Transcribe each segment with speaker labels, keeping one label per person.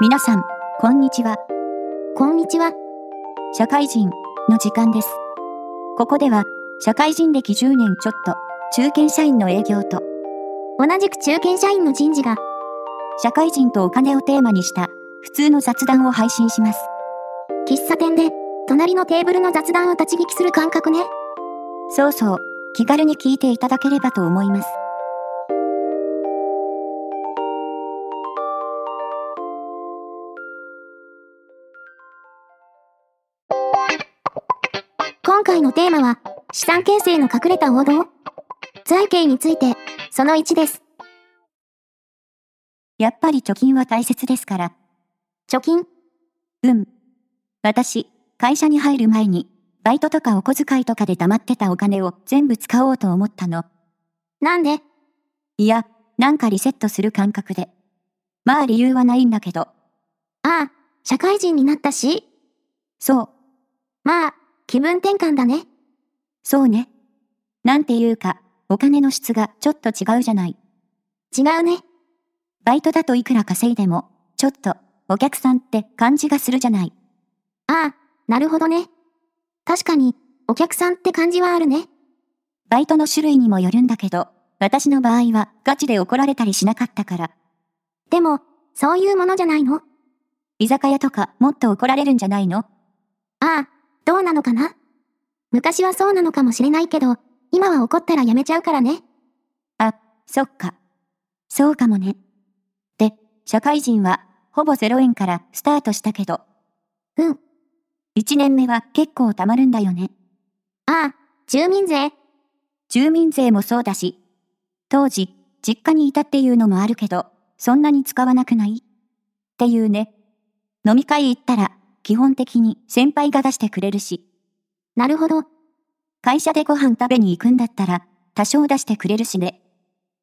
Speaker 1: 皆さん、こんにちは。
Speaker 2: こんにちは。
Speaker 1: 社会人の時間です。ここでは、社会人歴10年ちょっと、中堅社員の営業と、
Speaker 2: 同じく中堅社員の人事が、
Speaker 1: 社会人とお金をテーマにした、普通の雑談を配信します。
Speaker 2: 喫茶店で、隣のテーブルの雑談を立ち聞きする感覚ね。
Speaker 1: そうそう、気軽に聞いていただければと思います。
Speaker 2: 今回のテーマは、資産形成の隠れた王道財形について、その1です。
Speaker 1: やっぱり貯金は大切ですから。
Speaker 2: 貯金。
Speaker 1: うん。私、会社に入る前に、バイトとかお小遣いとかで貯まってたお金を全部使おうと思ったの。
Speaker 2: なんで、
Speaker 1: いや、なんかリセットする感覚で。まあ理由はないんだけど、
Speaker 2: ああ、社会人になったし、
Speaker 1: そう、
Speaker 2: まあ、気分転換だね。
Speaker 1: そうね。なんていうか、お金の質がちょっと違うじゃない。
Speaker 2: 違うね。
Speaker 1: バイトだといくら稼いでも、ちょっと、お客さんって感じがするじゃない。
Speaker 2: ああ、なるほどね。確かに、お客さんって感じはあるね。
Speaker 1: バイトの種類にもよるんだけど、私の場合はガチで怒られたりしなかったから、
Speaker 2: でも、そういうものじゃないのあ
Speaker 1: 居酒屋とかもっと怒られるんじゃないの
Speaker 2: あ、どうなのかな昔はそうなのかもしれないけど、今は怒ったらやめちゃうからね。
Speaker 1: そっか。そうかもね。で、社会人は、ほぼ0円からスタートしたけど。
Speaker 2: うん。
Speaker 1: 1年目は結構貯まるんだよね。
Speaker 2: ああ、住民税。
Speaker 1: 住民税もそうだし。当時、実家にいたっていうのもあるけど、そんなに使わなくないっていうね。飲み会行ったら、基本的に先輩が出してくれるし、
Speaker 2: なるほど、
Speaker 1: 会社でご飯食べに行くんだったら、多少出してくれるしね。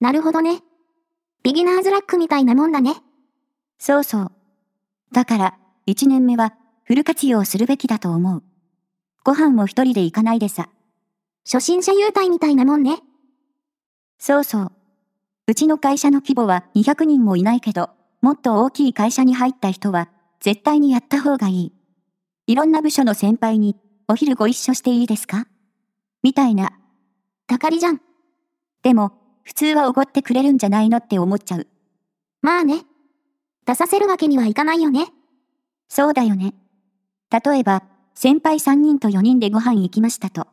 Speaker 2: なるほどね。ビギナーズラックみたいなもんだね。
Speaker 1: そうそう。だから、1年目はフル活用するべきだと思う。ご飯も一人で行かないでさ。
Speaker 2: 初心者優待みたいなもんね。
Speaker 1: そうそう。うちの会社の規模は200人もいないけど、もっと大きい会社に入った人は、絶対にやった方がいい。いろんな部署の先輩に、お昼ご一緒していいですかみたいな。
Speaker 2: たかりじゃん。
Speaker 1: でも、普通はおごってくれるんじゃないのって思っちゃう。
Speaker 2: まあね。出させるわけにはいかないよね。
Speaker 1: そうだよね。例えば、先輩3人と4人でご飯行きましたと。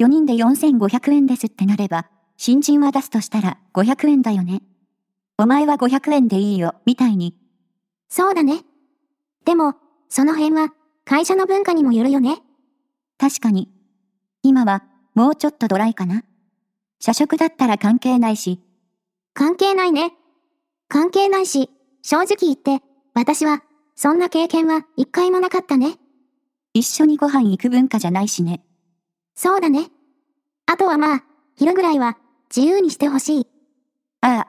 Speaker 1: 4人で4500円ですってなれば、新人は出すとしたら500円だよね。お前は500円でいいよ、みたいに。
Speaker 2: そうだね。でも、その辺は、会社の文化にもよるよね。
Speaker 1: 確かに。今は、もうちょっとドライかな。社食だったら関係ないし、
Speaker 2: 関係ないね。関係ないし、正直言って、私は、そんな経験は一回もなかったね。
Speaker 1: 一緒にご飯行く文化じゃないしね。
Speaker 2: そうだね。あとはまあ、昼ぐらいは、自由にしてほしい。
Speaker 1: ああ、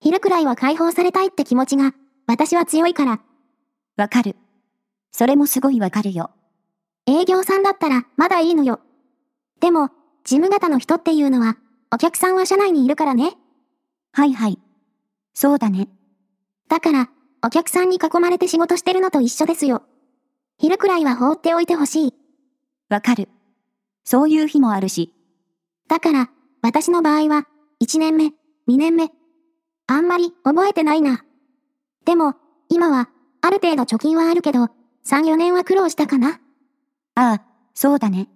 Speaker 2: 昼くらいは解放されたいって気持ちが、私は強いから、
Speaker 1: わかる。それもすごいわかるよ。
Speaker 2: 営業さんだったらまだいいのよ。でも、事務型の人っていうのは、お客さんは社内にいるからね。
Speaker 1: はいはい。そうだね。
Speaker 2: だから、お客さんに囲まれて仕事してるのと一緒ですよ。昼くらいは放っておいてほしい。
Speaker 1: わかる。そういう日もあるし、
Speaker 2: だから、私の場合は、1年目、2年目。あんまり覚えてないな。でも、今は、ある程度貯金はあるけど、3、4年は苦労したかな。
Speaker 1: ああ、そうだね。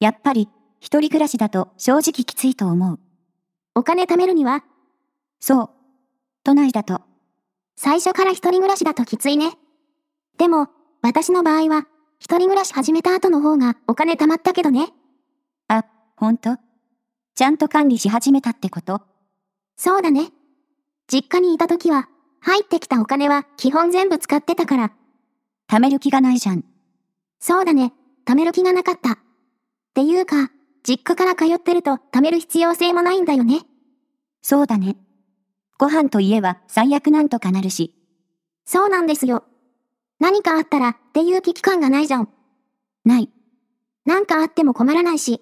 Speaker 1: やっぱり、一人暮らしだと正直きついと思う。
Speaker 2: お金貯めるには、
Speaker 1: そう。都内だと、
Speaker 2: 最初から一人暮らしだときついね。でも、私の場合は、一人暮らし始めた後の方がお金貯まったけどね。
Speaker 1: あ、ほんとちゃんと管理し始めたってこと
Speaker 2: そうだね。実家にいた時は、入ってきたお金は基本全部使ってたから、
Speaker 1: 貯める気がないじゃん。
Speaker 2: そうだね、貯める気がなかった。っていうか、実家から通ってると貯める必要性もないんだよね。
Speaker 1: そうだね。ご飯といえば最悪なんとかなるし、
Speaker 2: そうなんですよ。何かあったらっていう危機感がないじゃん。
Speaker 1: ない。
Speaker 2: 何かあっても困らないし。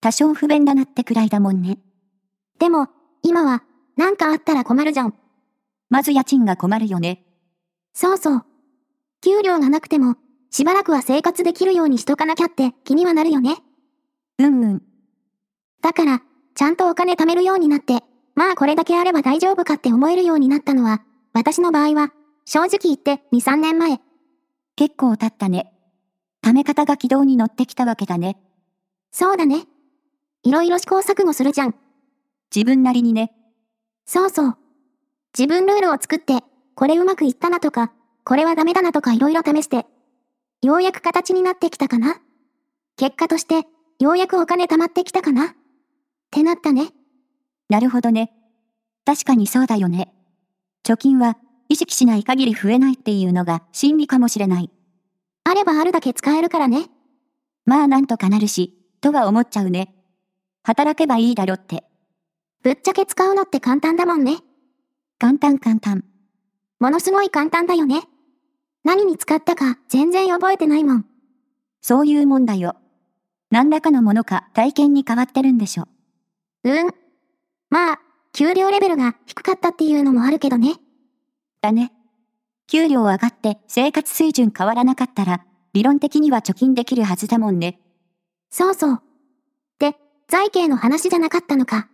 Speaker 1: 多少不便だなってくらいだもんね。
Speaker 2: でも、今は、何かあったら困るじゃん。
Speaker 1: まず家賃が困るよね。
Speaker 2: そうそう。給料がなくても、しばらくは生活できるようにしとかなきゃって気にはなるよね。
Speaker 1: うんうん。
Speaker 2: だから、ちゃんとお金貯めるようになって、まあこれだけあれば大丈夫かって思えるようになったのは、私の場合は、正直言って2、3年前。
Speaker 1: 結構経ったね。貯め方が軌道に乗ってきたわけだね。
Speaker 2: そうだね。いろいろ試行錯誤するじゃん。
Speaker 1: 自分なりにね。
Speaker 2: そうそう。自分ルールを作って、これうまくいったなとか、これはダメだなとかいろいろ試して、ようやく形になってきたかな結果として、ようやくお金貯まってきたかなってなったね。
Speaker 1: なるほどね。確かにそうだよね。貯金は意識しない限り増えないっていうのが真理かもしれない。
Speaker 2: あればあるだけ使えるからね。
Speaker 1: まあなんとかなるし、とは思っちゃうね。働けばいいだろって。
Speaker 2: ぶっちゃけ使うのって簡単だもんね。
Speaker 1: 簡単簡単。
Speaker 2: ものすごい簡単だよね。何に使ったか全然覚えてないもん。
Speaker 1: そういうもんだよ。何らかのものか体験に変わってるんでしょ。
Speaker 2: うん。まあ、給料レベルが低かったっていうのもあるけどね。
Speaker 1: だね。給料上がって生活水準変わらなかったら、理論的には貯金できるはずだもんね。
Speaker 2: そうそう。で、財形の話じゃなかったのか。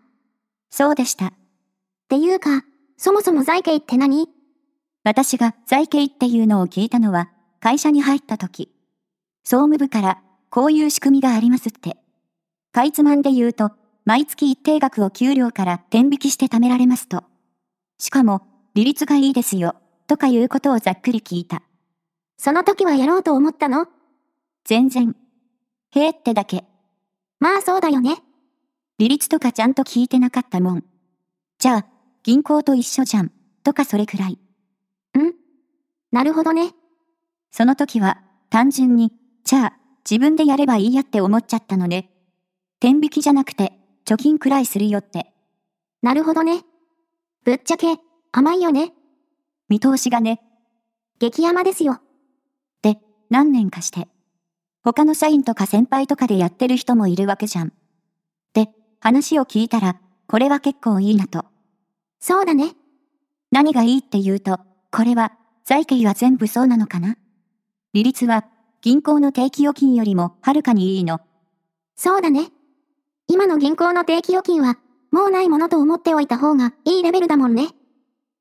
Speaker 1: そうでした。
Speaker 2: っていうか、そもそも財形って何
Speaker 1: 私が財形っていうのを聞いたのは、会社に入った時。総務部から、こういう仕組みがありますって。かいつまんで言うと、毎月一定額を給料から転引きして貯められますと。しかも、利率がいいですよ、とかいうことをざっくり聞いた。
Speaker 2: その時はやろうと思ったの
Speaker 1: 全然。へえってだけ。
Speaker 2: まあそうだよね。
Speaker 1: 利率とかちゃんと聞いてなかったもん。じゃあ、銀行と一緒じゃん、とかそれくらい。
Speaker 2: なるほどね。
Speaker 1: その時は、単純に、じゃあ、自分でやればいいやって思っちゃったのね。天引きじゃなくて、貯金くらいするよって、
Speaker 2: なるほどね。ぶっちゃけ、甘いよね。
Speaker 1: 見通しがね、
Speaker 2: 激甘ですよ。
Speaker 1: で、何年かして。他の社員とか先輩とかでやってる人もいるわけじゃん。で、話を聞いたら、これは結構いいなと。
Speaker 2: そうだね。
Speaker 1: 何がいいって言うと、これは、財形は全部そうなのかな利率は、銀行の定期預金よりもはるかにいいの。
Speaker 2: そうだね。今の銀行の定期預金は、もうないものと思っておいた方がいいレベルだもんね。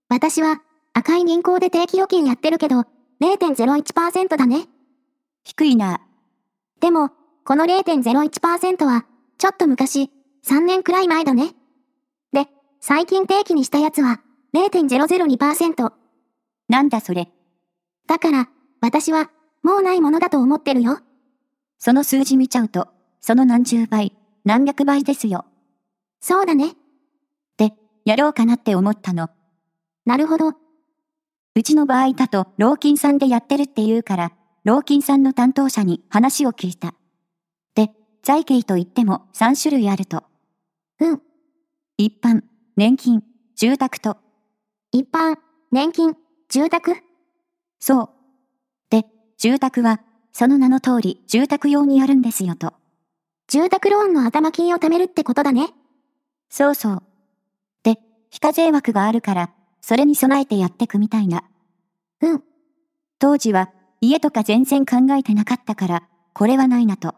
Speaker 2: 私は、赤い銀行で定期預金やってるけど、0.01%だね。
Speaker 1: 低いな。
Speaker 2: でも、この0.01%は、ちょっと昔、3年くらい前だね。で、最近定期にしたやつは、0.002%。
Speaker 1: なんだそれ。
Speaker 2: だから、私は、もうないものだと思ってるよ。
Speaker 1: その数字見ちゃうと、その何十倍、何百倍ですよ。
Speaker 2: そうだね。
Speaker 1: で、やろうかなって思ったの。
Speaker 2: なるほど。
Speaker 1: うちの場合だと、老金さんでやってるって言うから、老金さんの担当者に話を聞いた。で、財形といっても3種類あると。
Speaker 2: うん。
Speaker 1: 一般、年金、住宅と。
Speaker 2: 一般、年金、住宅。
Speaker 1: そう。で、住宅は、その名の通り住宅用にやるんですよと。
Speaker 2: 住宅ローンの頭金を貯めるってことだね。
Speaker 1: そうそう。で、非課税枠があるから、それに備えてやってくみたいな。
Speaker 2: うん。
Speaker 1: 当時は、家とか全然考えてなかったから、これはないなと。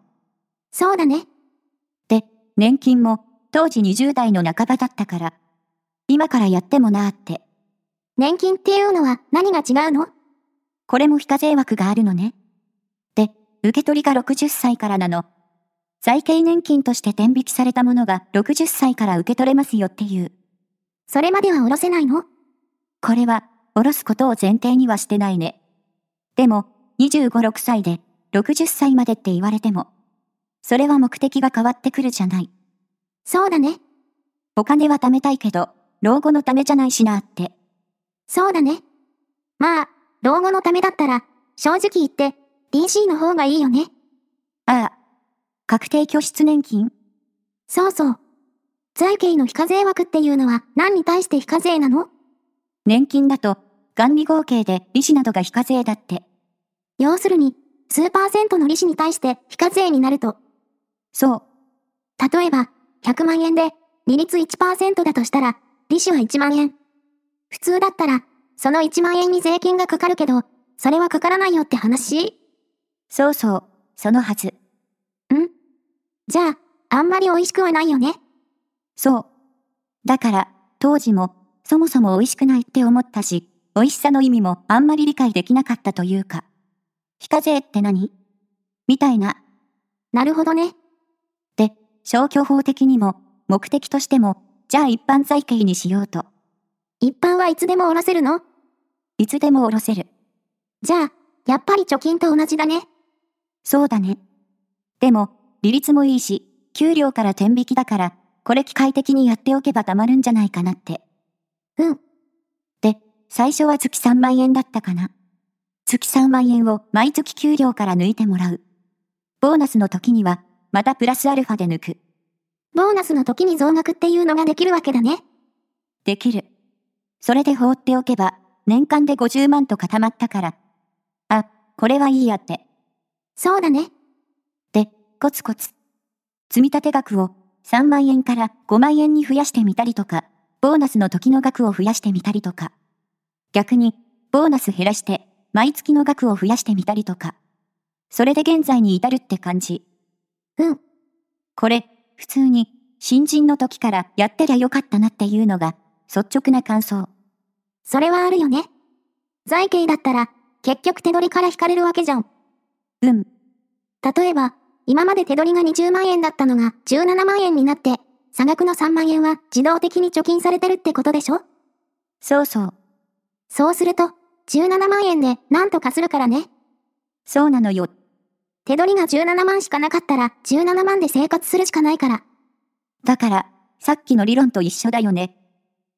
Speaker 2: そうだね。
Speaker 1: で、年金も、当時20代の半ばだったから、今からやってもなーって。
Speaker 2: 年金っていうのは何が違うの
Speaker 1: これも非課税枠があるのね。で、受け取りが60歳からなの。財形年金として転引きされたものが60歳から受け取れますよっていう。
Speaker 2: それまでは下ろせないの
Speaker 1: これは、下ろすことを前提にはしてないね。でも、25、6歳で、60歳までって言われても、それは目的が変わってくるじゃない。
Speaker 2: そうだね。
Speaker 1: お金は貯めたいけど、老後のためじゃないしなって。
Speaker 2: そうだね。まあ、老後のためだったら、正直言って、DC の方がいいよね。
Speaker 1: ああ。確定拠出年金
Speaker 2: そうそう。財形の非課税枠っていうのは何に対して非課税なの
Speaker 1: 年金だと、元利合計で利子などが非課税だって。
Speaker 2: 要するに、数パーセントの利子に対して非課税になると、
Speaker 1: そう、
Speaker 2: 例えば、100万円で、利率1%だとしたら、利子は1万円。普通だったら、その1万円に税金がかかるけど、それはかからないよって話
Speaker 1: そうそう、そのはず。
Speaker 2: じゃあ、あんまり美味しくはないよね。
Speaker 1: そう。だから、当時も、そもそも美味しくないって思ったし、美味しさの意味もあんまり理解できなかったというか。非課税って何みたいな、
Speaker 2: なるほどね。
Speaker 1: 消去法的にも、目的としても、じゃあ一般財形にしようと。
Speaker 2: 一般はいつでもおろせるの
Speaker 1: いつでも下ろせる。
Speaker 2: じゃあ、やっぱり貯金と同じだね。
Speaker 1: そうだね。でも、利率もいいし、給料から天引きだから、これ機械的にやっておけばたまるんじゃないかなって。
Speaker 2: うん。
Speaker 1: で、最初は月3万円だったかな。月3万円を毎月給料から抜いてもらう。ボーナスの時には、またプラスアルファで抜く。
Speaker 2: ボーナスの時に増額っていうのができるわけだね。
Speaker 1: できる。それで放っておけば、年間で50万と固まったから。あ、これはいいやって。
Speaker 2: そうだね。
Speaker 1: で、コツコツ。積立額を3万円から5万円に増やしてみたりとか、ボーナスの時の額を増やしてみたりとか。逆に、ボーナス減らして、毎月の額を増やしてみたりとか。それで現在に至るって感じ。
Speaker 2: うん。
Speaker 1: これ、普通に、新人の時からやってりゃよかったなっていうのが、率直な感想。
Speaker 2: それはあるよね。財形だったら、結局手取りから引かれるわけじゃん。
Speaker 1: うん、
Speaker 2: 例えば、今まで手取りが20万円だったのが17万円になって、差額の3万円は自動的に貯金されてるってことでしょ
Speaker 1: そうそう、
Speaker 2: そうすると、17万円で何とかするからね。
Speaker 1: そうなのよ。
Speaker 2: 手取りが17万しかなかったら17万で生活するしかないから。
Speaker 1: だから、さっきの理論と一緒だよね。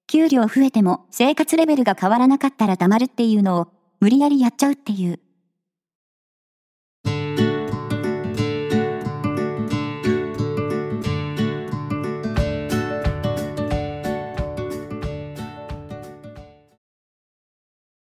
Speaker 1: 給料増えても生活レベルが変わらなかったら黙るっていうのを、無理やりやっちゃうっていう。